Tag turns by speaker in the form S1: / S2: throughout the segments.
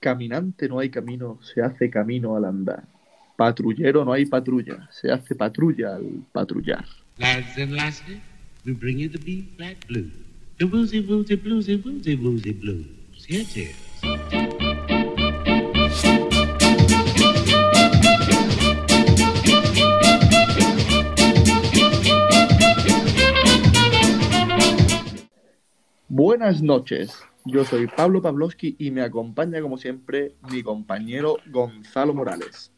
S1: Caminante no hay camino, se hace camino al andar. Patrullero no hay patrulla, se hace patrulla al patrullar.
S2: Lads and lasses, we bring you the beat black blues. The woozy woozy bluesy woozy woozy blues. Yes, yes.
S1: Buenas noches, yo soy Pablo Pavlovsky y me acompaña como siempre mi compañero Gonzalo Morales.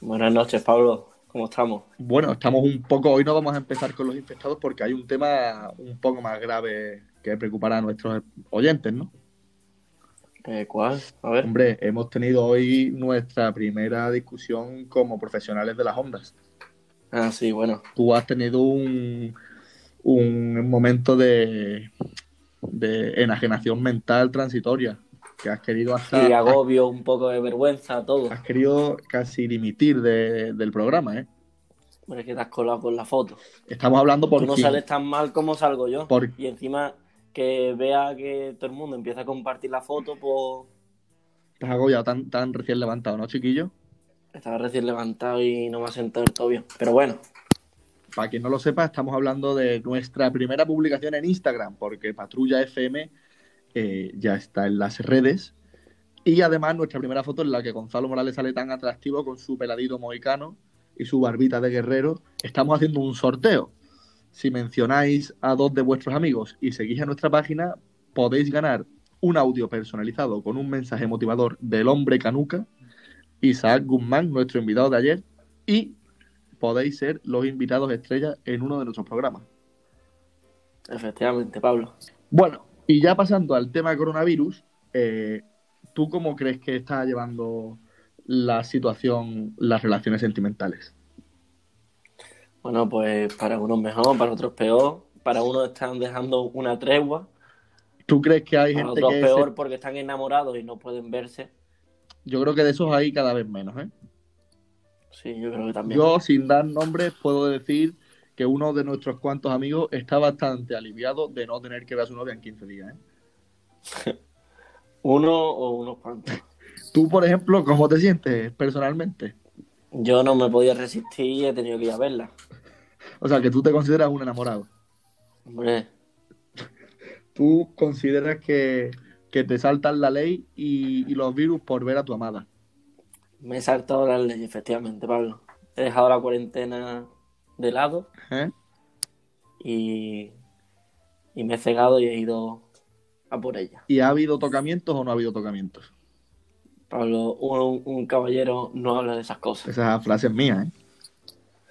S3: Buenas noches, Pablo. ¿Cómo estamos?
S1: Bueno, estamos un poco, hoy no vamos a empezar con los infectados porque hay un tema un poco más grave que preocupará a nuestros oyentes, ¿no?
S3: Eh, ¿Cuál? A ver.
S1: Hombre, hemos tenido hoy nuestra primera discusión como profesionales de las ondas.
S3: Ah, sí, bueno.
S1: Tú has tenido un, un momento de, de enajenación mental transitoria, que has querido hasta...
S3: Y agobio, un poco de vergüenza, todo.
S1: Has querido casi dimitir de- del programa, ¿eh?
S3: Hombre, que te has colado con la foto.
S1: Estamos hablando por
S3: Tú no
S1: quién.
S3: sales tan mal como salgo yo.
S1: Por-
S3: Y encima que vea que todo el mundo empieza a compartir la foto, pues
S1: Estás agobiado, tan, tan recién levantado, ¿no, chiquillo?
S3: estaba recién levantado y no me ha sentado el todo bien. Pero bueno,
S1: Para quien no lo sepa, estamos hablando de nuestra primera publicación en Instagram, porque Patrulla FM eh, ya está en las redes. Y además nuestra primera foto en la que Gonzalo Morales sale tan atractivo con su peladito mohicano y su barbita de guerrero. Estamos haciendo un sorteo. Si mencionáis a dos de vuestros amigos y seguís a nuestra página, podéis ganar un audio personalizado con un mensaje motivador del hombre canuca, Isaac Guzmán, nuestro invitado de ayer, y podéis ser los invitados estrellas en uno de nuestros programas.
S3: efectivamente, Pablo.
S1: Bueno, y ya pasando al tema coronavirus, eh, ¿tú cómo crees que está llevando la situación las relaciones sentimentales?
S3: Bueno, pues para unos mejor, para otros peor. Para unos están dejando una tregua,
S1: ¿Tú crees que hay
S3: para
S1: gente
S3: otros
S1: que... se-
S3: Ah, peor porque están enamorados y no pueden verse.
S1: Yo creo que de esos hay cada vez menos. ¿eh?
S3: Sí, yo creo que también.
S1: Yo, sin dar nombres, puedo decir que uno de nuestros cuantos amigos está bastante aliviado de no tener que ver a su novia en 15 días. ¿eh?
S3: Uno o unos cuantos.
S1: ¿Tú, por ejemplo, cómo te sientes personalmente?
S3: Yo no me podía resistir y he tenido que ir a verla.
S1: O sea, que tú te consideras un enamorado.
S3: Hombre,
S1: tú consideras que, que te saltan la ley y, y los virus por ver a tu amada.
S3: me he saltado las leyes, efectivamente, Pablo. He dejado la cuarentena de lado
S1: ¿eh?
S3: y, y me he cegado y he ido a por ella.
S1: ¿Y ha habido tocamientos o no ha habido tocamientos?
S3: Pablo, un, un caballero no habla de esas cosas.
S1: Esas frases mías, ¿eh?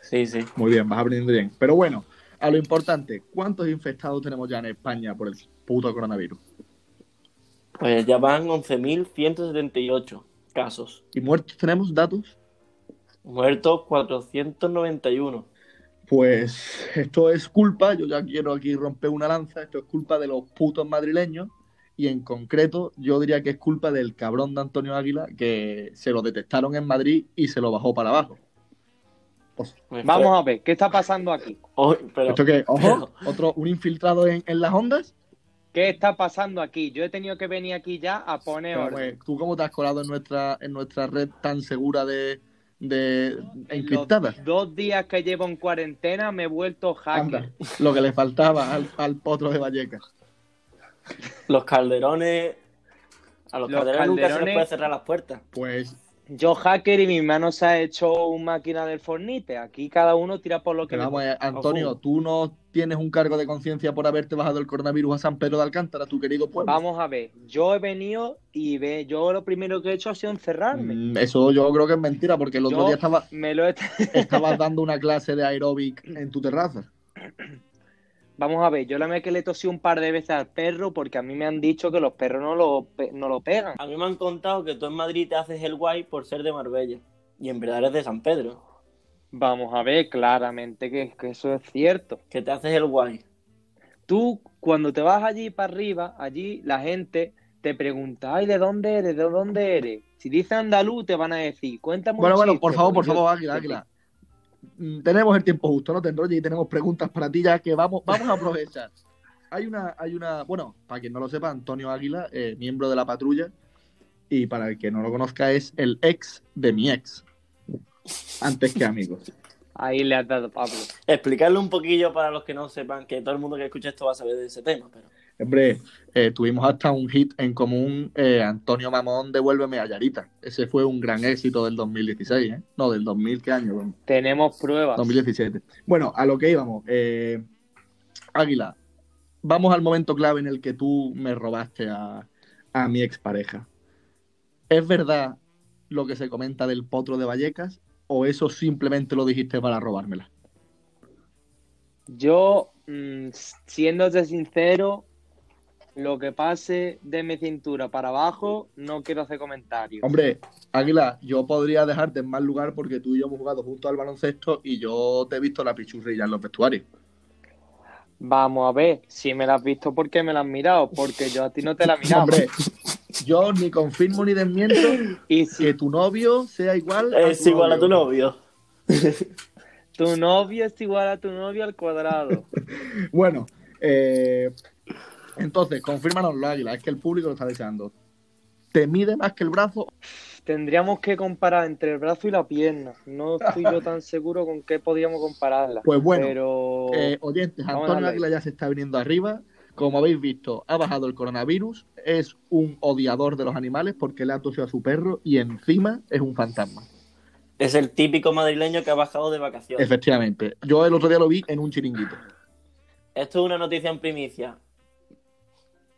S3: Sí, sí.
S1: Muy bien, vas a aprender bien. Pero bueno, a lo importante, ¿cuántos infectados tenemos ya en España por el puto coronavirus?
S3: Pues ya van 11.178 casos.
S1: ¿Y muertos tenemos datos?
S3: Muertos 491.
S1: Pues esto es culpa, yo ya quiero aquí romper una lanza, esto es culpa de los putos madrileños y en concreto yo diría que es culpa del cabrón de Antonio Águila que se lo detectaron en Madrid y se lo bajó para abajo.
S4: Vamos a ver, ¿qué está pasando aquí?
S3: Hoy, pero,
S1: Esto que, ojo, otro, un infiltrado en, en las ondas.
S4: ¿Qué está pasando aquí? Yo he tenido que venir aquí ya a poner
S1: Pero,
S4: orden.
S1: pues, ¿Tú cómo te has colado en nuestra, en nuestra red tan segura de, de encriptada?
S4: Los dos días que llevo en cuarentena me he vuelto hacker.
S1: Anda, lo que le faltaba al, al potro de Vallecas.
S3: los calderones. A los,
S4: Los
S3: calderones, nunca se les
S4: calderones-
S3: puede cerrar las puertas.
S1: Pues
S4: Yo hacker y mi mano se ha hecho un máquina del fornite. Aquí cada uno tira por lo que
S1: Pero
S4: le
S1: vamos, eh, Antonio, tú no tienes un cargo de conciencia por haberte bajado el coronavirus a San Pedro de Alcántara, tu querido pueblo.
S4: Vamos a ver, yo he venido y ve, yo lo primero que he hecho ha sido encerrarme.
S1: Mm, Eso yo creo que es mentira, porque el otro
S4: Yo-
S1: día estaba,
S4: Me lo he tra-
S1: estabas dando una clase de aeróbic en tu terraza.
S4: Vamos a ver, yo la vez que le tosí un par de veces al perro porque a mí me han dicho que los perros no lo, pe- no lo pegan.
S3: A mí me han contado que tú en Madrid te haces el guay por ser de Marbella. Y en verdad eres de San Pedro.
S4: Vamos a ver, claramente que, que eso es cierto.
S3: Que te haces el guay.
S4: Tú, cuando te vas allí para arriba, allí la gente te pregunta, ay, ¿de dónde eres? ¿De dónde eres? Si dices andaluz, te van a decir, cuéntame un
S1: Bueno, bueno,
S4: chiste,
S1: por favor, por
S4: porque yo-
S1: favor, Águila, Águila. Mm, Tenemos el tiempo justo, no te enrolles y tenemos preguntas para ti ya que vamos, vamos a aprovechar. Hay una, hay una, bueno, para quien no lo sepa, Antonio Águila, eh, miembro de la patrulla, y para el que no lo conozca es el ex de mi ex, antes que amigos.
S4: Ahí le has dado Pablo.
S3: Explicarlo un poquillo para los que no sepan, que todo el mundo que escucha esto va a saber de ese tema, pero
S1: Hombre, eh, tuvimos hasta un hit en común, eh, Antonio Mamón, Devuélveme a Yarita. Ese fue un gran éxito del 2016, ¿eh? No, del 2000, ¿qué año? Bueno,
S4: Tenemos pruebas.
S1: 2017. Bueno, a lo que íbamos. eh, Águila, vamos al momento clave en el que tú me robaste a, a mi expareja. ¿Es verdad lo que se comenta del potro de Vallecas o eso simplemente lo dijiste para robármela?
S4: Yo, mm, siéndote sincero, lo que pase de mi cintura para abajo, no quiero hacer comentarios.
S1: Hombre, Águila, yo podría dejarte en mal lugar porque tú y yo hemos jugado juntos al baloncesto y yo te he visto la pichurrilla en los vestuarios.
S4: Vamos a ver, si me la has visto, ¿por qué me la has mirado? Porque yo a ti no te la miraba.
S1: Hombre, yo ni confirmo ni desmiento
S4: y si
S1: que tu novio sea igual
S3: es igual a tu novio.
S4: tu novio es igual a tu novio al cuadrado.
S1: Bueno, eh, entonces, confírmanoslo, Águila, es que el público lo está deseando. ¿Te mide más que el brazo?
S4: Tendríamos que comparar entre el brazo y la pierna. No estoy yo tan seguro con qué podíamos compararla.
S1: Pues bueno,
S4: pero
S1: Eh, oyentes,
S4: Oh, Vamos a
S1: Antonio
S4: darle.
S1: Águila ya se está viniendo arriba. Como habéis visto, ha bajado el coronavirus, es un odiador de los animales porque le ha tosido a su perro y encima es un fantasma.
S3: Es el típico madrileño que ha bajado de vacaciones.
S1: Efectivamente. Yo el otro día lo vi en un chiringuito.
S3: Esto es una noticia en primicia.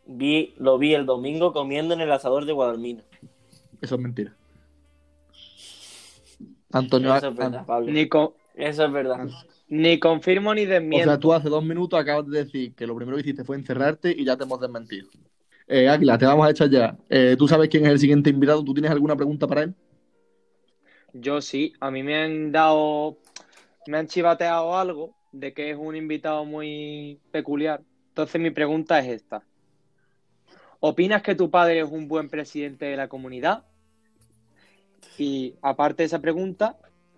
S3: Vi, lo vi el domingo comiendo en el asador de Guadalmina.
S1: Eso es mentira. Antonio
S3: Eso es verdad, Pablo.
S4: ni, co-
S3: Eso es verdad.
S4: ni confirmo ni
S1: O
S4: desmiento.
S1: sea, tú hace dos minutos acabas de decir que lo primero que hiciste fue encerrarte y ya te hemos desmentido. Eh, Águila, te vamos a echar ya. Eh, tú sabes quién es el siguiente invitado. ¿Tú tienes alguna pregunta para él?
S4: Yo sí, a mí me han dado, me han chivateado algo de que es un invitado muy peculiar. Entonces mi pregunta es esta. ¿Opinas que tu padre es un buen presidente de la comunidad? Y aparte de esa pregunta,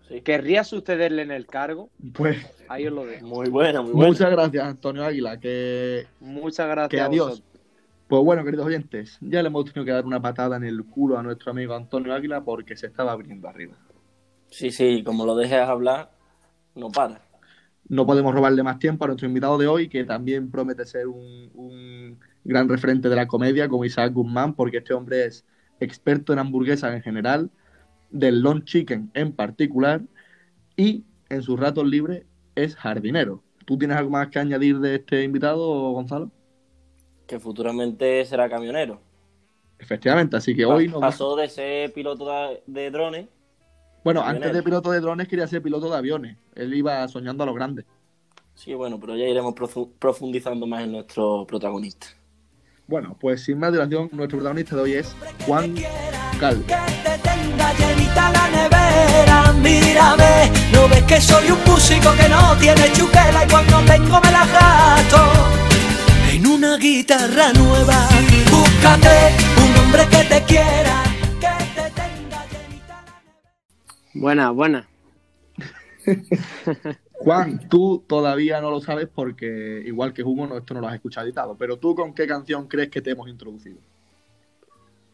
S3: Sí.
S4: ¿querrías sucederle en el cargo?
S1: Pues
S4: Ahí os lo dejo.
S3: Muy buena, muy buena.
S1: muchas gracias, Antonio Águila. Que,
S4: Muchas gracias.
S1: que
S4: a
S1: adiós.
S4: vosotros.
S1: Pues bueno, queridos oyentes, ya le hemos tenido que dar una patada en el culo a nuestro amigo Antonio Águila porque se estaba abriendo arriba.
S3: Sí, sí, como lo dejes hablar, no para.
S1: No podemos robarle más tiempo a nuestro invitado de hoy, que también promete ser un, un gran referente de la comedia, como Isaac Guzmán, porque este hombre es experto en hamburguesas en general, del long chicken en particular, y en sus ratos libres es jardinero. ¿Tú tienes algo más que añadir de este invitado, Gonzalo?
S3: Que futuramente será camionero.
S1: Efectivamente, así que hoy
S3: Pa-
S1: nos...
S3: Pasó de ser piloto de- de drones
S1: Bueno,
S3: camionero.
S1: antes de piloto de drones quería ser piloto de aviones. Él iba soñando a lo grande.
S3: Sí, bueno, pero ya iremos profu- profundizando más en nuestro protagonista.
S1: Bueno, pues sin más dilación, nuestro protagonista de hoy es Juan Cal.
S5: Que te tenga llenita la nevera, mírame, no ves que soy un músico que no tiene chuquela y cuando tengo me la gasto en una guitarra nueva. Búscate un hombre que te quiera, que te tenga llenita la
S6: Buena, buena.
S1: Juan, tú todavía no lo sabes porque, igual que Hugo, no, esto no lo has escuchado editado. Pero tú, ¿con qué canción crees que te hemos introducido?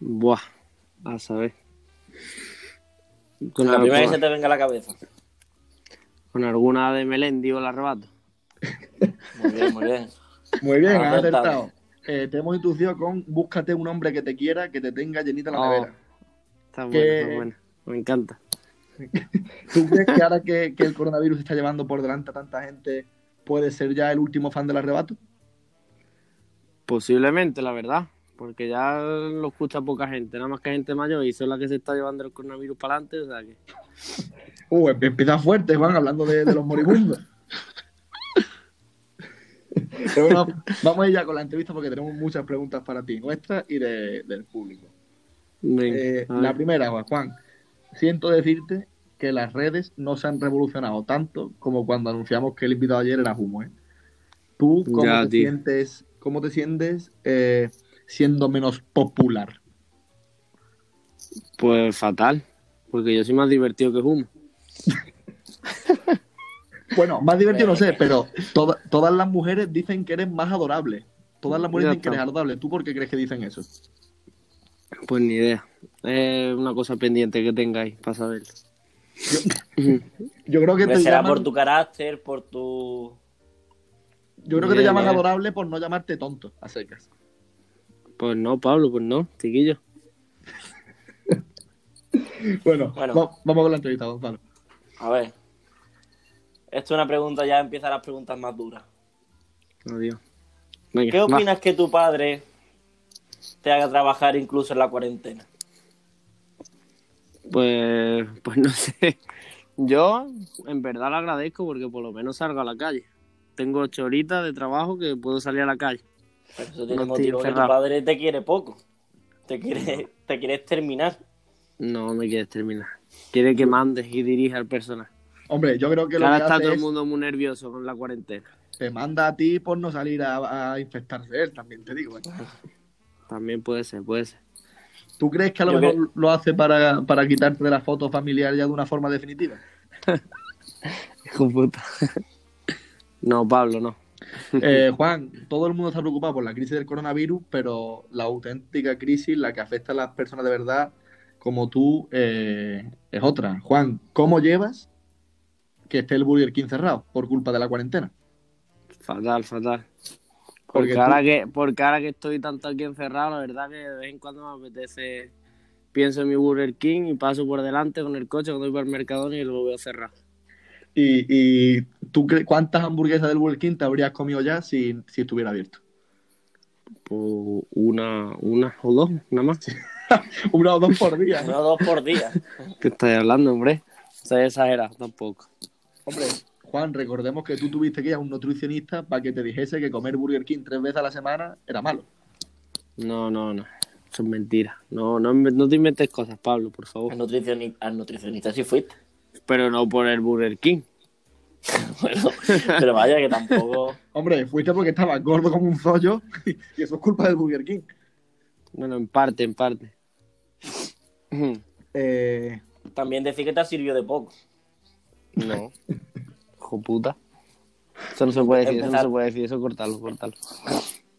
S6: Buah, a saber. Con,
S3: La
S6: al-
S3: primera que
S6: con-
S3: se te venga a la cabeza.
S6: con alguna de Melén, digo, el arrebato.
S3: Muy bien, muy bien.
S1: Muy bien, has
S3: Acertado.
S1: acertado. Eh, te hemos introducido con Búscate un hombre que te quiera, que te tenga llenita la
S6: Oh.
S1: nevera.
S6: Está
S1: ¿Qué?
S6: buena, está buena. Me encanta.
S1: ¿Tú crees que ahora que, que el coronavirus está llevando por delante a tanta gente, puede ser ya el último fan del arrebato?
S6: Posiblemente, la verdad. Porque ya lo escucha poca gente, nada más que gente mayor, y son las que se está llevando el coronavirus para adelante, o sea que.
S1: Uh, empieza fuerte, Juan, hablando de, de los moribundos. Pero bueno, vamos a ir ya con la entrevista porque tenemos muchas preguntas para ti, nuestras y de- del público.
S6: Venga,
S1: Eh,
S6: a ver.
S1: la primera, Juan, siento decirte que las redes no se han revolucionado tanto como cuando anunciamos que el invitado ayer era Humo. ¿eh? ¿Tú cómo
S6: Ya,
S1: te
S6: tío.
S1: sientes, cómo te sientes eh, siendo menos popular?
S6: Pues fatal. Porque yo soy más divertido que Humo.
S1: Bueno, más divertido no sé, pero toda- todas las mujeres dicen que eres más adorable. Todas las mujeres
S6: Ya
S1: dicen que eres
S6: está.
S1: adorable. ¿Tú por qué crees que dicen eso?
S6: Pues ni idea. Es una cosa pendiente que tengáis para saber.
S1: Yo creo que
S3: Hombre,
S1: te
S3: será
S1: llaman,
S3: por tu carácter, por tu.
S1: yo creo que te
S6: Bien,
S3: eh.
S1: llaman
S6: bien.
S1: adorable por no llamarte tonto, a secas.
S6: Pues no, Pablo, pues no, chiquillo.
S1: Bueno,
S3: Bueno.
S1: va- vamos con la entrevista, Gonzalo.
S3: A ver. Esto es una pregunta, ya empiezan las preguntas más duras.
S6: Adiós. Venga,
S3: ¿Qué
S6: va.
S3: opinas que tu padre te haga trabajar incluso en la cuarentena?
S6: Pues, pues no sé. Yo en verdad le agradezco porque por lo menos salgo a la calle. Tengo ocho horitas de trabajo que puedo salir a la calle.
S3: Pero eso tiene
S6: No estoy
S3: motivo que tu
S6: encerrado.
S3: padre te quiere poco. Te quiere, te quiere exterminar.
S6: No me quieres terminar. Quiere que mandes y dirija al personal.
S1: Hombre, yo creo que lo
S6: Ahora
S1: que
S6: está
S1: hace
S6: todo el
S1: es
S6: mundo muy nervioso con la cuarentena.
S1: te manda a ti por no salir a, a infectarse él, también te digo. ¿eh?
S6: También puede ser, puede ser.
S1: ¿Tú crees que a lo
S3: Yo
S1: mejor lo hace para, para quitarte de la foto familiar ya de una forma definitiva?
S6: Hijo de puta. No, Pablo, no.
S1: Eh, Juan, todo el mundo está preocupado por la crisis del coronavirus, pero la auténtica crisis, la que afecta a las personas de verdad, como tú, eh, es otra. Juan, ¿cómo llevas que esté el Burger King cerrado por culpa de la cuarentena?
S6: Fatal, fatal.
S1: Porque
S6: Porque,
S1: tú-
S6: ahora que, porque ahora que estoy tanto aquí encerrado, la verdad que de vez en cuando me apetece. Pienso en mi Burger King y paso por delante con el coche cuando voy para el Mercadona y lo veo cerrado.
S1: ¿Y, y tú cre- cuántas hamburguesas del Burger King te habrías comido ya si, si estuviera abierto?
S6: Pues una, una o dos, nada más.
S1: Una o dos por día.
S3: Uno o dos por día.
S6: ¿Qué estás hablando, hombre? O sea, exagerado tampoco.
S1: Hombre, Juan, recordemos que tú tuviste que ir a un nutricionista para que te dijese que comer Burger King tres veces a la semana era malo.
S6: No, no, no. Son mentiras. No, no, inve- no te inventes cosas, Pablo, por favor.
S3: Al nutricionista, al nutricionista sí fuiste.
S6: Pero no por el Burger King.
S3: Bueno, pero vaya que tampoco.
S1: Hombre, fuiste porque estabas gordo como un sollo y eso es culpa del Burger King.
S6: Bueno, en parte, en parte. No.
S1: Eh,
S3: También decir que te sirvió de poco.
S6: Hijo puta. Eso no se puede decir, eso no
S3: Empezar.
S6: se puede decir, eso cortarlo, cortarlo.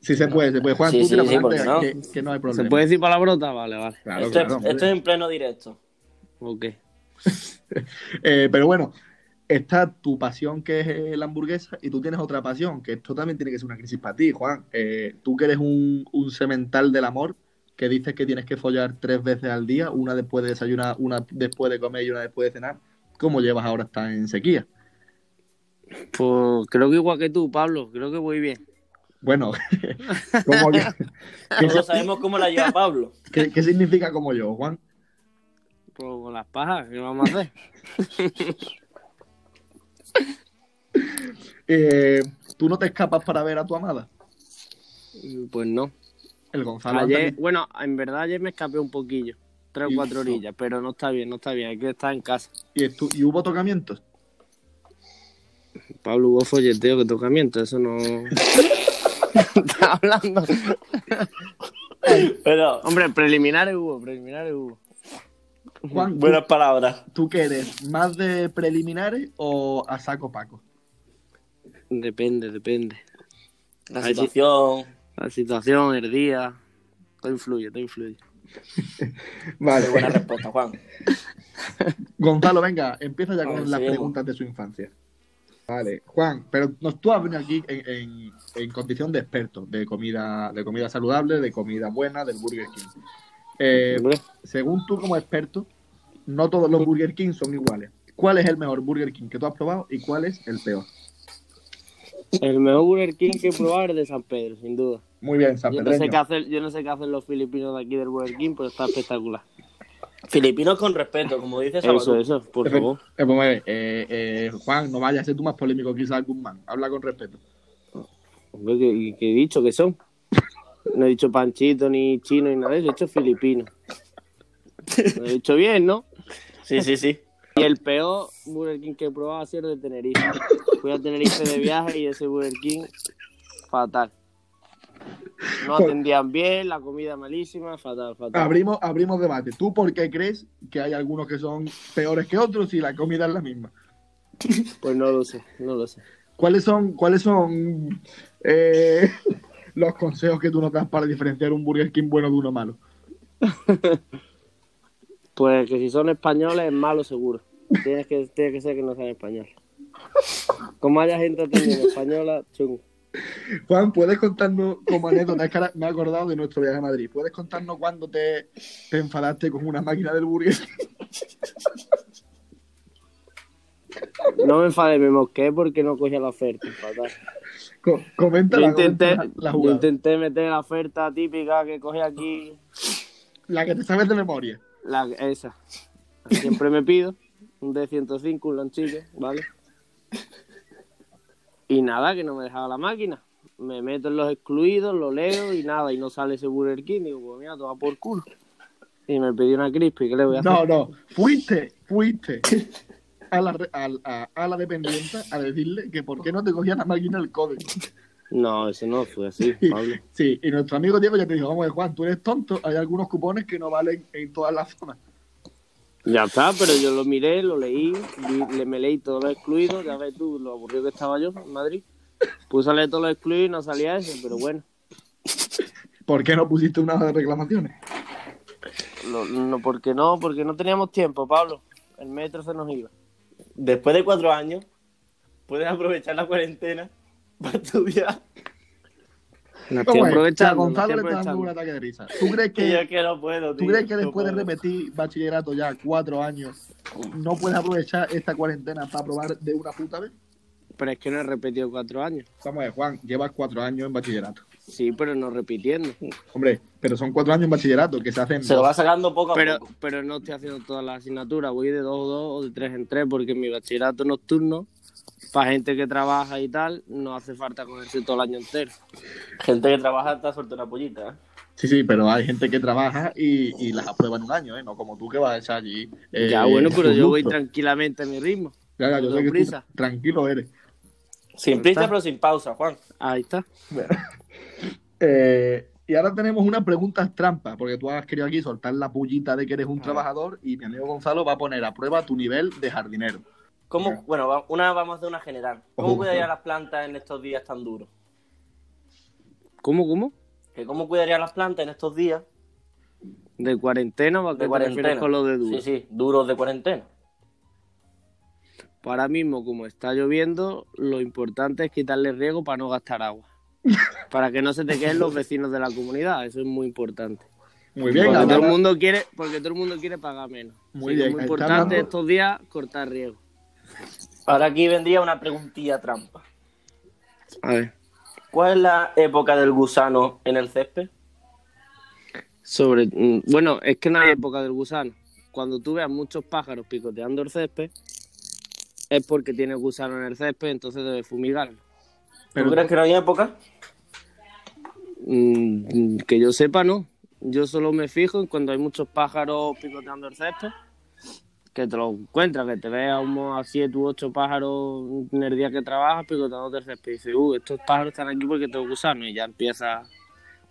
S1: sí se puede, se puede. Juan,
S3: Sí,
S1: tú
S3: sí,
S1: tira
S3: sí,
S1: para adelante,
S3: ¿por qué
S1: que, que no hay problema.
S6: ¿Se puede decir palabrota? Vale, vale.
S1: Claro,
S3: esto,
S1: claro,
S3: es,
S1: hombre.
S3: esto es en pleno directo.
S6: Ok.
S1: Eh, pero bueno, está tu pasión que es eh, la hamburguesa y tú tienes otra pasión, que esto también tiene que ser una crisis para ti, Juan. Eh, tú que eres un, un semental del amor, que dices que tienes que follar tres veces al día, una después de desayunar, una después de comer y una después de cenar. ¿Cómo llevas ahora estar en sequía?
S6: Pues creo que igual que tú, Pablo. Creo que voy bien.
S1: Bueno, como que- ¿qué,
S3: Todos sabemos cómo la lleva Pablo.
S1: qué- qué significa como yo, Juan?
S6: Pues con las pajas, ¿qué vamos a hacer?
S1: Eh, ¿Tú no te escapas para ver a tu amada?
S6: Pues no.
S1: El Gonzalo
S6: Ayer,
S1: Alcaraz-
S6: bueno, en verdad ayer me escapé un poquillo. Tres
S1: Y-
S6: o cuatro orillas, pero no está bien, no está bien. Hay que estar en casa.
S1: ¿Y, estu- y hubo tocamientos?
S6: Pablo hubo folleteo que tocamiento, eso no. está hablando.
S3: Pero,
S6: Hombre, preliminares hubo, preliminares hubo.
S1: Juan, ¿tú,
S3: buenas palabras.
S1: tú qué eres? ¿Más de preliminares o a saco Paco?
S6: Depende, depende.
S3: La
S6: Ahí sí.
S3: situación.
S6: La situación, el día. Todo influye, todo influye.
S1: Vale,
S3: Qué buena respuesta, Juan.
S1: Gonzalo, venga, empieza ya con
S3: Vale,
S1: las
S3: seguimos.
S1: preguntas de su infancia. Vale, Juan, pero no, tú has venido aquí en, en- en condición de experto, de comida, de comida saludable, de comida buena, del Burger King. Eh,
S6: Hombre,
S1: según tú como experto, no todos los Burger King son iguales. ¿Cuál es el mejor Burger King que tú has probado y cuál es el peor?
S6: el mejor Burger King que probar es de San Pedro, sin duda.
S1: Muy bien, San
S6: Yo no, sé
S1: Pedreño.
S6: qué hacer, yo no sé qué hacen los filipinos de aquí del Burger King, pero está espectacular.
S3: Filipinos con respeto, como dices.
S6: Eso, eso, por
S1: Efe-
S6: favor.
S1: eh, pues, eh, eh, Juan, no vayas a ser tú más polémico que Isaac Guzmán. Habla con respeto.
S6: Hombre, ¿qué, qué he dicho que son? No he dicho panchito, ni chino, ni nada de eso, he dicho filipino. Lo he dicho bien, ¿no?
S3: Sí, sí, sí.
S6: Y el peor Burger King que he probado ha sido el de Tenerife. Fui a Tenerife de viaje y ese Burger King, fatal. No atendían bien, la comida malísima, fatal, fatal.
S1: Abrimos, abrimos debate. ¿Tú por qué crees que hay algunos que son peores que otros y la comida es la misma?
S6: Pues no lo sé, no lo sé.
S1: ¿Cuáles son, cuáles son eh, los consejos que tú nos das para diferenciar un Burger King bueno de uno malo?
S6: Pues que si son españoles es malo seguro. Tienes que, tiene que ser que no sean españoles. Como haya gente atendiendo española, chungo.
S1: Juan, ¿puedes contarnos como anécdota? Es que ahora me he acordado de nuestro viaje a Madrid. ¿Puedes contarnos cuándo te, te enfadaste con una máquina del burger?
S6: No me enfadé, me mosqué porque no cogía la oferta. Fatal.
S1: Co- comenta
S6: Yo
S1: la,
S6: intenté,
S1: la- la
S6: yo
S1: jugada.
S6: intenté meter la oferta típica que coge aquí,
S1: La que te sabes de memoria.
S6: la, esa. Siempre me pido un D105, un lanchillo, ¿vale? Y nada, que no me dejaba la máquina. Me meto en los excluidos, lo leo y nada, y no sale ese Burger King. Digo, pues mira, toma por culo. Y me pedí una crispy, ¿qué le voy a hacer?
S1: No, no. Fuiste, fuiste a la, re- al- a, a la dependiente a decirle que por qué no te cogían la máquina del código.
S6: No, eso no fue así,
S1: Y-
S6: Pablo.
S1: Sí, y nuestro amigo Diego ya te dijo, vamos, Juan, tú eres tonto, hay algunos cupones que no valen en todas las zonas.
S6: Ya está, pero yo lo miré, lo leí, vi- le, me leí todo lo excluido, ya ves tú lo aburrido que estaba yo en Madrid. Puse a leer todo lo excluido y no salía ese, pero bueno,
S1: ¿Por qué no pusiste una hoja de reclamaciones?
S6: lo- no, ¿por qué no? Porque no teníamos tiempo, Pablo. El metro se nos iba.
S3: Después de cuatro años, puedes aprovechar la cuarentena para estudiar.
S6: No estoy
S1: ¿Cómo es? O sea,
S6: aprovechando, no
S1: Gonzalo
S6: estoy
S1: le está dando un
S6: aprovechando.
S1: ataque de risa. ¿Tú crees
S3: Que yo
S1: que,
S3: es que no puedo,
S1: ¿tú
S3: tío,
S1: crees que
S3: no
S1: después de
S3: puedo.
S1: repetir bachillerato ya cuatro años, no puedes aprovechar esta cuarentena para probar de una puta vez?
S6: Pero es que no he repetido cuatro años.
S1: Vamos a ver, Juan, llevas cuatro años en bachillerato.
S6: Sí, pero no repitiendo.
S1: Hombre, pero son cuatro años en bachillerato que se hacen
S3: Se lo va sacando poco a
S6: Pero,
S3: poco.
S6: pero no estoy haciendo todas las asignaturas, voy de dos o dos o de tres en tres, porque mi bachillerato nocturno, para gente que trabaja y tal, no hace falta cogerse todo el año entero.
S3: Gente que trabaja está suelta una pollita. ¿eh?
S1: Sí, sí, pero hay gente que trabaja y, y las aprueba en un año, ¿eh? No como tú que vas a echar allí. eh,
S6: ya, bueno, pero
S1: tu
S6: yo voy
S1: gusto.
S6: tranquilamente a mi ritmo.
S1: Ya, ya, yo sé
S6: con
S1: que tú
S6: prisa.
S1: tranquilo eres.
S3: Sin
S6: Ya
S3: prisa,
S6: está.
S3: pero sin pausa, Juan.
S6: Ahí está.
S1: Eh, y ahora tenemos unas preguntas trampa, porque tú has querido aquí soltar la pullita de que eres un
S6: Ah.
S1: trabajador y mi amigo Gonzalo va a poner a prueba tu nivel de jardinero.
S3: ¿Cómo, bueno, va- una, vamos a hacer una general. ¿Cómo
S1: Ojo,
S3: cuidaría
S1: ojo.
S3: las plantas en estos días tan duros?
S6: ¿Cómo, cómo?
S3: ¿Que ¿Cómo cuidaría las plantas en estos días
S6: ¿De cuarentena o a qué
S3: de
S6: te refieres
S3: cuarentena?
S6: con lo de duro?
S3: Sí, sí, duros de cuarentena.
S6: Pues Ahora mismo, como está lloviendo, lo importante es quitarle riego para no gastar agua. para que no se te quejen los vecinos de la comunidad, eso es muy importante.
S1: Muy bien,
S6: porque,
S1: ahora-
S6: todo el mundo quiere, porque todo el mundo quiere pagar menos.
S1: Muy bien,
S6: Así que es muy
S1: ahí está
S6: importante
S1: hablando-
S6: estos días cortar riego.
S3: Ahora aquí vendría una preguntilla trampa.
S6: A ver,
S3: ¿Cuál es la época del gusano en el césped?
S6: sobre. mm, Bueno, es que no hay época del gusano. Cuando tú veas muchos pájaros picoteando el césped, es porque tiene gusano en el césped, entonces debes fumigarlo.
S1: pero
S3: ¿Tú crees que no hay época?
S6: Mm, que yo sepa, no. Yo solo me fijo en cuando hay muchos pájaros picoteando el césped, que te lo encuentras, que te veas como a siete u ocho pájaros en el día que trabajas picoteando el césped. Y dices, uh, estos pájaros están aquí porque tengo gusano. Y ya empieza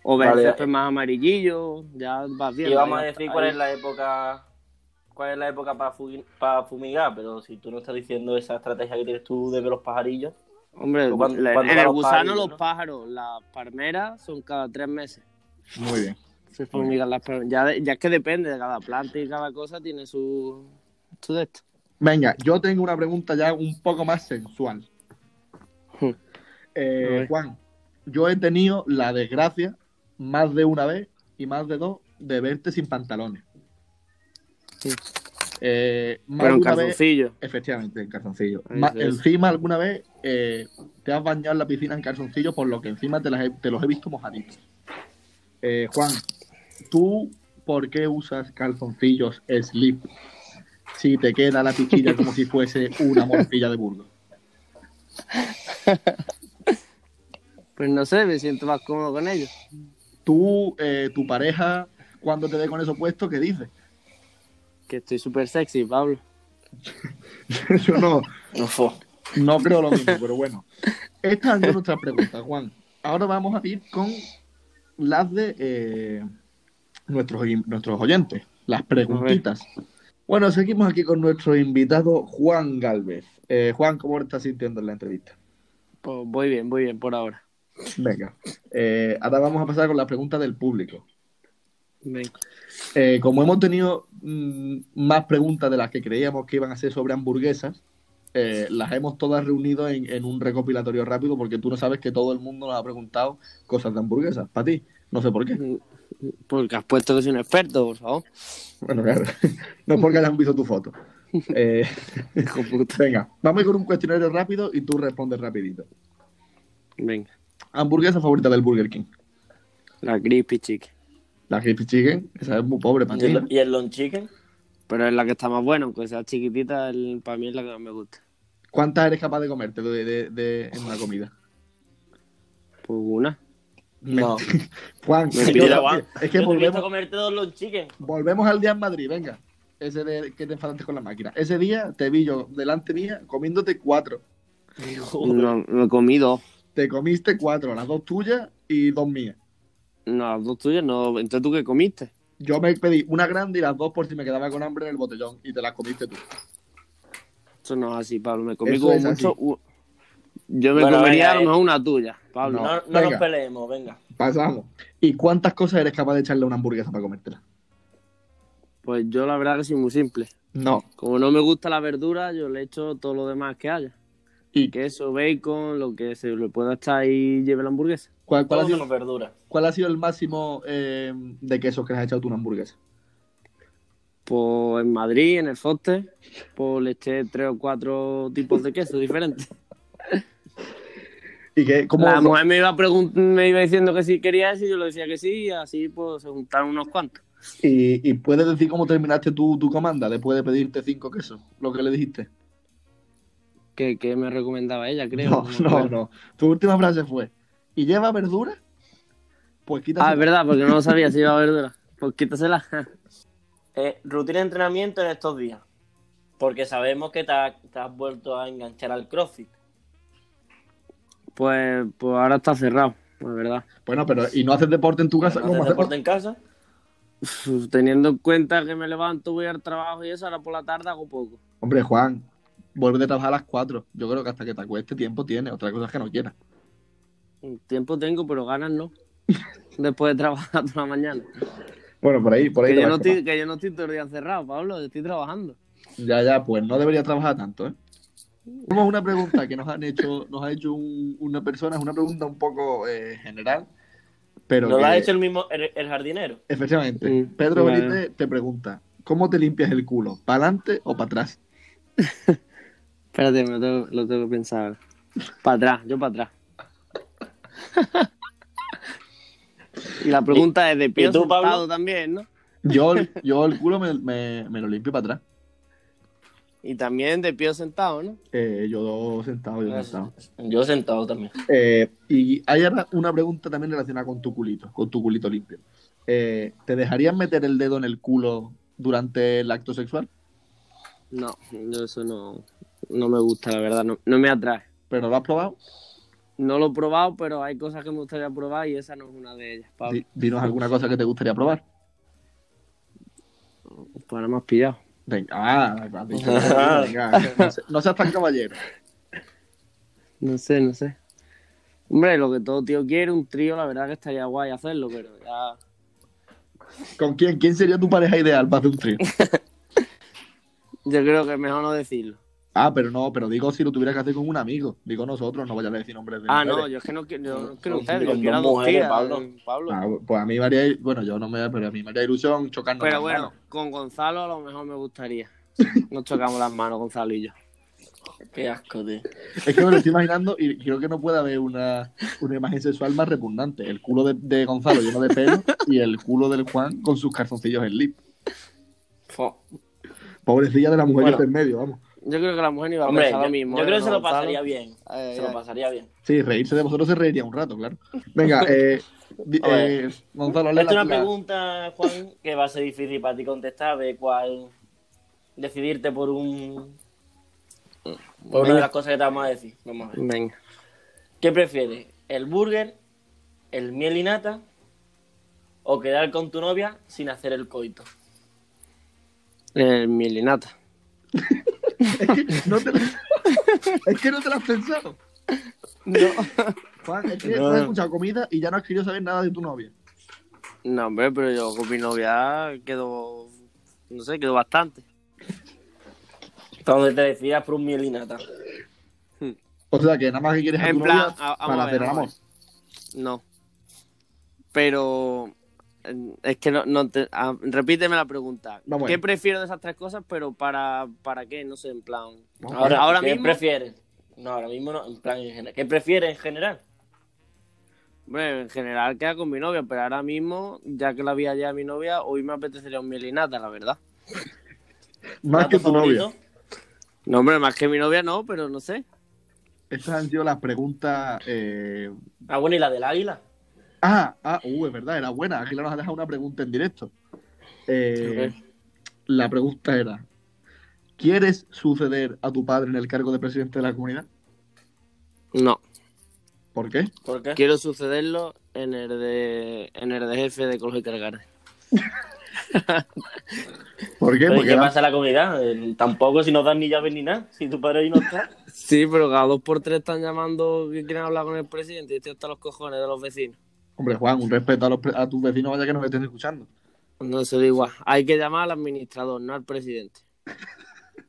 S6: o ver
S3: Vale, eh.
S6: el césped más amarillo, ya vas viendo.
S3: Y vamos a
S6: ya
S3: decir
S6: está
S3: cuál
S6: ahí.
S3: es la época cuál es la época para fugi- para fumigar, pero si tú no estás diciendo esa estrategia que tienes tú de ver los pajarillos,
S6: Hombre,
S3: o cuan-
S6: la-
S3: cuando
S6: en
S3: van
S6: el
S3: los
S6: gusano
S3: pájaros,
S6: los
S3: ¿no?
S6: pájaros, las palmeras son cada tres meses.
S1: Muy bien.
S6: Se fumigan las palmeras. Ya, de- ya es que depende de cada planta y cada cosa tiene su, su de esto.
S1: Venga, yo tengo una pregunta ya un poco más sensual.
S6: Hmm.
S1: Eh,
S6: A ver.
S1: Juan, yo he tenido la desgracia más de una vez y más de dos de verte sin pantalones.
S6: Sí.
S1: Eh, más
S6: Pero
S1: de
S6: en
S1: una vez,
S6: calzoncillo.
S1: efectivamente, en calzoncillo.
S6: Ahí
S1: Ma-
S6: se ve.
S1: encima, alguna vez eh, te has bañado en la piscina en calzoncillo, por lo que encima te, las he- te los he visto mojaditos. Eh, Juan, ¿tú por qué usas calzoncillos slip si te queda la piquilla como si fuese una morcilla de burgo?
S6: Pues no sé, me siento más cómodo con ellos.
S1: Tú, eh, tu pareja, cuando te ve con eso puesto, ¿qué dice?
S6: Que estoy súper sexy, Pablo.
S1: Yo no,
S3: no fue.
S1: no creo lo mismo, pero bueno. Estas han sido nuestras preguntas, Juan. Ahora vamos a ir con las de eh, nuestros, oy- nuestros oyentes, las preguntitas. Bueno, seguimos aquí con nuestro invitado Juan Galvez. Eh, Juan, ¿cómo te estás sintiendo en la entrevista?
S6: Pues voy bien, voy bien por ahora.
S1: Venga, eh, ahora vamos a pasar con la pregunta del público.
S4: Venga.
S1: Eh, como hemos tenido mm, más preguntas de las que creíamos que iban a ser sobre hamburguesas, eh, las hemos todas reunido en, en un recopilatorio rápido porque tú no sabes que todo el mundo nos ha preguntado cosas de hamburguesas. Para ti, no sé por qué.
S6: Porque has puesto que soy un experto, por favor.
S1: Bueno, claro, no es porque hayan visto tu foto. Eh,
S6: Hijo puta.
S1: venga, vamos a ir con un cuestionario rápido y tú respondes rapidito.
S6: Venga.
S1: Hamburguesa favorita del Burger King.
S6: La crispy chicken.
S1: La crispy chicken, esa es muy pobre para
S3: ¿Y
S1: ti.
S3: el, y el long chicken?
S6: Pero es la que está más buena, aunque sea chiquitita, el- para mí es la que más me gusta.
S1: ¿Cuántas eres capaz de comerte de, de- de- en una comida?
S6: Pues una.
S3: No.
S1: Juan,
S6: Mentira,
S1: yo-
S3: Juan.
S1: es que
S3: Yo te he visto
S1: volvemos,
S3: comerte dos long chicken.
S1: volvemos al día en Madrid, venga. Ese de que te enfadaste con la máquina. Ese día te vi yo delante mía comiéndote cuatro.
S6: No, me comí dos.
S1: Te comiste cuatro, las dos tuyas y dos mías.
S6: No, las dos tuyas no. Entonces, ¿tú qué comiste?
S1: Yo me pedí una grande y las dos por si me quedaba con hambre en el botellón y te las comiste tú.
S6: Eso no es así, Pablo. Me comí
S1: Eso
S6: como
S1: es así.
S6: mucho. u- Yo me
S3: Bueno,
S6: comería
S3: venga,
S6: a lo
S3: eh.
S6: mejor una tuya, Pablo.
S1: No.
S3: No, no
S1: Venga.
S3: nos peleemos, venga.
S1: Pasamos. ¿Y cuántas cosas eres capaz de echarle a una hamburguesa para comértela?
S6: Pues yo la verdad que soy muy simple.
S1: No.
S6: Como no me gusta la verdura, yo le echo todo lo demás que haya.
S1: ¿Y
S6: Queso, bacon, lo que se le pueda estar y lleve la hamburguesa.
S1: cuál, cuál
S3: Todo
S1: ha, sido,
S3: menos verdura.
S1: cuál ha sido el máximo eh, de quesos que le has echado tú a una hamburguesa?
S6: Pues en Madrid, en el Foster, pues le eché tres o cuatro tipos de queso diferentes.
S1: ¿Y que, cómo,
S6: La mujer me iba, pregun- me iba diciendo que sí quería eso y yo le decía que sí y así pues se juntaron unos cuantos.
S1: y, y puedes decir cómo terminaste tu, tu comanda después de pedirte cinco quesos? Lo que le dijiste.
S6: Que, que me recomendaba ella, creo.
S1: No,
S6: me
S1: no,
S6: acuerdo.
S1: no. Tu última frase fue: ¿Y lleva verdura? Pues quítate.
S6: Ah, es verdad, porque no lo sabía si iba a verdura. Pues quítasela.
S3: Eh, rutina de entrenamiento en estos días. Porque sabemos que te, ha- te has vuelto a enganchar al crossfit.
S6: Pues, pues ahora está cerrado, la verdad.
S1: Bueno, pero ¿y no haces deporte en tu casa?
S3: ¿No
S1: ¿Cómo
S3: haces
S1: hacemos?
S3: deporte en casa?
S6: Uf, Pues, Teniendo en cuenta que me levanto, voy al trabajo y eso, ahora por la tarde hago poco.
S1: Hombre, Juan, vuelve de trabajar a las cuatro. Yo creo que hasta que te acueste tiempo tiene. Otra cosa es que no quieras.
S6: Tiempo tengo, pero ganas no. Después de trabajar toda la mañana.
S1: Bueno, por ahí, por ahí.
S6: Que
S1: te vas
S6: yo, no
S1: a escapar.
S6: estoy, que yo no estoy todo el día encerrado, Pablo, estoy trabajando.
S1: Ya, ya, pues no debería trabajar tanto, ¿eh? Tenemos una pregunta que nos han hecho, nos ha hecho un- una persona, es una pregunta un poco eh, general, pero
S3: ¿No lo
S1: que-
S3: has hecho el mismo el, el jardinero?
S1: efectivamente.
S6: Mm,
S1: Pedro
S6: vale.
S1: Benítez te pregunta, ¿cómo te limpias el culo? ¿Para adelante o para atrás?
S6: Espérate, me lo tengo, lo tengo que pensar. Para atrás, yo para atrás. y la pregunta es de pie
S3: ¿Y
S6: o
S3: tú, Pablo?
S6: sentado también, ¿no?
S1: Yo, el- yo el culo me, me- me lo limpio para atrás.
S6: Y también de pie o sentado, ¿no?
S1: Eh, yo sentado, yo sentado.
S3: Yo sentado también.
S1: Eh, y hay ahora una pregunta también relacionada con tu culito, con tu culito limpio. Eh, ¿Te dejarías meter el dedo en el culo durante el acto sexual?
S6: No, yo eso no, no me gusta, la verdad, no, no me atrae.
S1: ¿Pero lo has probado?
S6: No lo he probado, pero hay cosas que me gustaría probar y esa no es una de ellas, Pablo.
S1: Di- Dinos alguna cosa que te gustaría probar.
S6: Pues ahora me has pillado.
S1: Venga, ah, has dicho que no, venga, no se- no seas tan caballero.
S6: No sé, no sé. Hombre, lo que todo tío quiere, un trío, la verdad que estaría guay hacerlo, pero ya...
S1: ¿Con quién? ¿Quién sería tu pareja ideal para hacer un trío?
S6: Yo creo que es mejor no decirlo.
S1: Ah, pero no, pero digo si lo tuvieras que hacer con un amigo. Digo nosotros, no vayas a decir nombres de
S6: Ah, no,
S1: mujeres.
S6: yo es que no quiero, yo no quiero
S3: Con-
S6: ustedes,
S3: con
S6: yo
S3: dos
S6: quiero a dos
S3: mujeres,
S6: tías, eh,
S3: Pablo.
S6: Pablo.
S1: Ah, pues a mí me haría, bueno, yo no me, pero a mí me haría ilusión chocarnos.
S6: Pero
S1: las
S6: bueno,
S1: manos.
S6: con Gonzalo a lo mejor me gustaría. Nos chocamos las manos, Gonzalo y yo.
S3: Qué asco, tío.
S1: Es que me lo estoy imaginando y creo que no puede haber una, una imagen sexual más repugnante. El culo de, de Gonzalo lleno de pelo y el culo del Juan con sus calzoncillos en lip.
S3: Fo.
S1: Pobrecilla de la mujer
S3: Bueno.
S1: que está en medio, vamos.
S6: Yo creo que la mujer iba a
S3: Hombre,
S6: pensar
S3: yo,
S6: lo mismo.
S3: yo
S6: ¿eh?
S3: creo que se lo
S6: Gonzalo. Eh,
S3: pasaría bien.
S6: Ay,
S3: Se lo
S6: ay.
S3: pasaría bien.
S1: Sí, reírse de vosotros se reiría un rato, claro. Venga, eh, di-
S3: A ver.
S1: eh, Gonzalo, lee
S3: Esta es
S1: la
S3: una
S1: tuya.
S3: pregunta, Juan, que va a ser difícil para ti contestar, de cuál decidirte por un por una de las cosas que te vamos a decir. Vamos a ver.
S6: Venga.
S3: ¿Qué prefieres? ¿El burger, el miel y nata o quedar con tu novia sin hacer el coito?
S6: El milinata.
S1: Es que no te la- es que no te lo has pensado.
S6: No.
S1: Juan, es que
S3: No.
S1: no has escuchado comida y ya no has querido saber nada de tu novia.
S6: No, hombre, pero yo con mi novia quedo. No sé, quedo bastante.
S3: Donde te decías por un mielinata.
S1: O sea, que nada más que quieres a
S6: En
S1: tu
S6: plan,
S1: novia
S6: a- vamos
S1: para
S6: a ver,
S1: hacer el amor.
S6: vamos No. Pero. eh, Es que no, no te- ah, repíteme la pregunta.
S1: Vamos a
S6: ¿Qué
S1: ver.
S6: prefiero de esas tres cosas, pero para, para qué? No sé, en plan.
S1: Vamos a ver.
S3: Ahora,
S6: Ahora
S3: ¿qué
S6: mismo-
S3: prefieres? No, ahora mismo no, en plan en general. ¿Qué prefieres en general?
S6: Hombre, en general queda con mi novia, pero ahora mismo, ya que la vi allá a mi novia, hoy me apetecería un mielinata, la verdad.
S1: Más que
S3: ¿Plato
S1: tu novia.
S3: favorito?
S6: No, hombre, más que mi novia no, pero no sé.
S1: Estas han sido las preguntas. eh,
S3: Ah, bueno, y la del águila.
S1: Ah, ah, uh, es verdad, era buena. Aquí nos ha dejado una pregunta en directo. Eh, La pregunta era: ¿Quieres suceder a tu padre en el cargo de presidente de la comunidad?
S6: No.
S1: ¿Por qué?
S3: ¿Por qué?
S6: Quiero sucederlo en el de, en el de jefe de Colegio Cargar.
S1: ¿Por qué?
S3: Pero, ¿y
S1: Porque
S3: ¿Qué
S1: era-
S3: pasa en la comunidad? Eh, Tampoco si no dan ni llaves ni nada, si tu padre ahí no está.
S6: Sí, pero cada dos por tres están llamando que quieren hablar con el presidente y estoy hasta los cojones de los vecinos.
S1: Hombre, Juan, un respeto a, los pre- a tus vecinos, vaya que nos estén escuchando.
S6: No se da igual. Hay que llamar al administrador, no al presidente.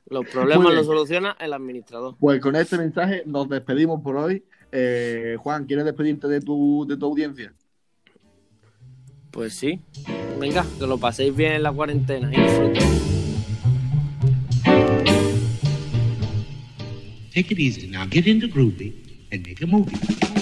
S6: Los
S1: Muy
S6: problemas
S1: bien.
S6: los soluciona el administrador.
S1: Pues con este mensaje nos despedimos por hoy. Eh, Juan, ¿quieres despedirte de tu, de tu audiencia?
S6: Pues sí. Venga, que lo paséis bien en la cuarentena y disfrutéis.
S2: Take it easy now. Get into groovy and make a movie.